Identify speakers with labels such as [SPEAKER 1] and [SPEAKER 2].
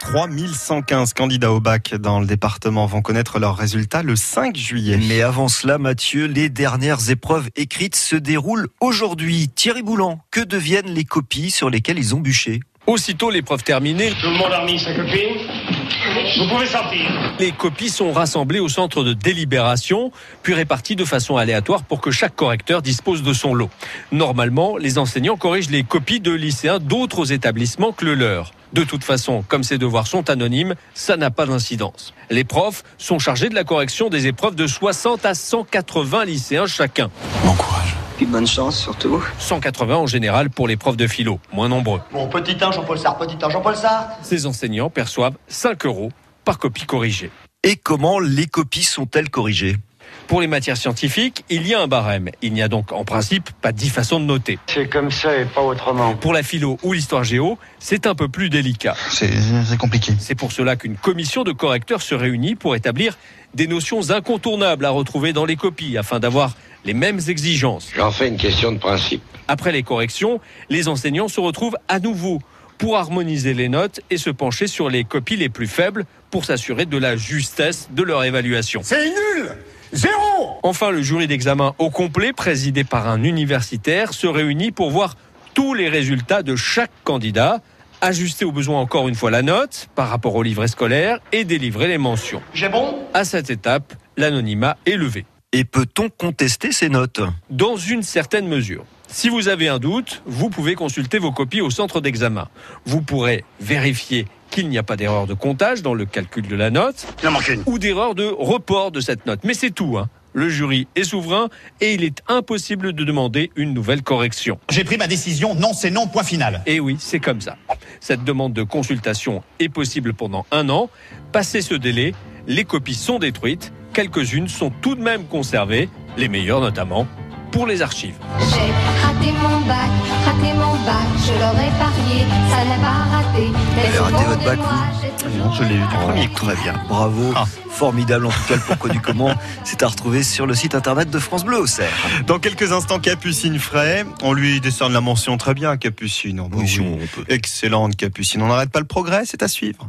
[SPEAKER 1] 3115 candidats au bac dans le département vont connaître leurs résultats le 5 juillet.
[SPEAKER 2] Mais avant cela, Mathieu, les dernières épreuves écrites se déroulent aujourd'hui. Thierry Boulan, que deviennent les copies sur lesquelles ils ont bûché
[SPEAKER 3] Aussitôt l'épreuve terminée,
[SPEAKER 4] Tout le monde a remis sa copine. Vous pouvez sortir.
[SPEAKER 3] les copies sont rassemblées au centre de délibération, puis réparties de façon aléatoire pour que chaque correcteur dispose de son lot. Normalement, les enseignants corrigent les copies de lycéens d'autres établissements que le leur. De toute façon, comme ces devoirs sont anonymes, ça n'a pas d'incidence. Les profs sont chargés de la correction des épreuves de 60 à 180 lycéens chacun.
[SPEAKER 5] Puis bonne chance surtout.
[SPEAKER 3] 180 en général pour les profs de philo, moins nombreux.
[SPEAKER 4] Bon, petit 1, Jean-Paul Sartre, petit 1, Jean-Paul Sartre.
[SPEAKER 3] Ces enseignants perçoivent 5 euros par copie corrigée.
[SPEAKER 2] Et comment les copies sont-elles corrigées
[SPEAKER 3] Pour les matières scientifiques, il y a un barème. Il n'y a donc en principe pas 10 façons de noter.
[SPEAKER 6] C'est comme ça et pas autrement.
[SPEAKER 3] Pour la philo ou l'histoire géo, c'est un peu plus délicat.
[SPEAKER 7] C'est compliqué.
[SPEAKER 3] C'est pour cela qu'une commission de correcteurs se réunit pour établir des notions incontournables à retrouver dans les copies afin d'avoir les mêmes exigences.
[SPEAKER 6] J'en fais une question de principe.
[SPEAKER 3] Après les corrections, les enseignants se retrouvent à nouveau pour harmoniser les notes et se pencher sur les copies les plus faibles pour s'assurer de la justesse de leur évaluation.
[SPEAKER 8] C'est nul Zéro
[SPEAKER 3] Enfin, le jury d'examen au complet, présidé par un universitaire, se réunit pour voir tous les résultats de chaque candidat, ajuster au besoin encore une fois la note par rapport au livret scolaire et délivrer les mentions.
[SPEAKER 4] J'ai bon
[SPEAKER 3] À cette étape, l'anonymat est levé,
[SPEAKER 2] Et peut-on contester ces notes
[SPEAKER 3] dans une certaine mesure. Si vous avez un doute, vous pouvez consulter vos copies au centre d'examen. Vous pourrez vérifier qu'il n'y a pas d'erreur de comptage dans le calcul de la note
[SPEAKER 4] Il en manque une.
[SPEAKER 3] ou d'erreur de report de cette note. Mais c'est tout. hein. Le jury est souverain et il est impossible de demander une nouvelle correction.
[SPEAKER 8] J'ai pris ma décision, non c'est non, point final.
[SPEAKER 3] Et oui, c'est comme ça. Cette demande de consultation est possible pendant un an. Passé ce délai, les copies sont détruites. Quelques-unes sont tout de même conservées, les meilleures notamment, pour les archives.
[SPEAKER 9] J'ai raté mon bac, raté mon bac, je l'aurais parié, ça n'est pas raté. Mais
[SPEAKER 2] avez
[SPEAKER 9] au
[SPEAKER 2] raté
[SPEAKER 9] fond
[SPEAKER 2] votre
[SPEAKER 9] de
[SPEAKER 2] bac, Oh.
[SPEAKER 9] moi,
[SPEAKER 2] vous
[SPEAKER 9] j'ai
[SPEAKER 2] Non, Ah, je
[SPEAKER 9] toujours
[SPEAKER 2] l'ai eu du
[SPEAKER 9] un
[SPEAKER 2] premier
[SPEAKER 9] bac.
[SPEAKER 2] coup. hein. Très bien, bravo,
[SPEAKER 1] Ah.
[SPEAKER 2] formidable en tout cas le pourquoi du comment. C'est à retrouver sur le site internet de France Bleu au
[SPEAKER 1] Dans quelques instants, Capucine Fray, on lui décerne la mention très bien, Capucine. Oh, bah oui. Excellente Capucine, on n'arrête pas le progrès, c'est à suivre.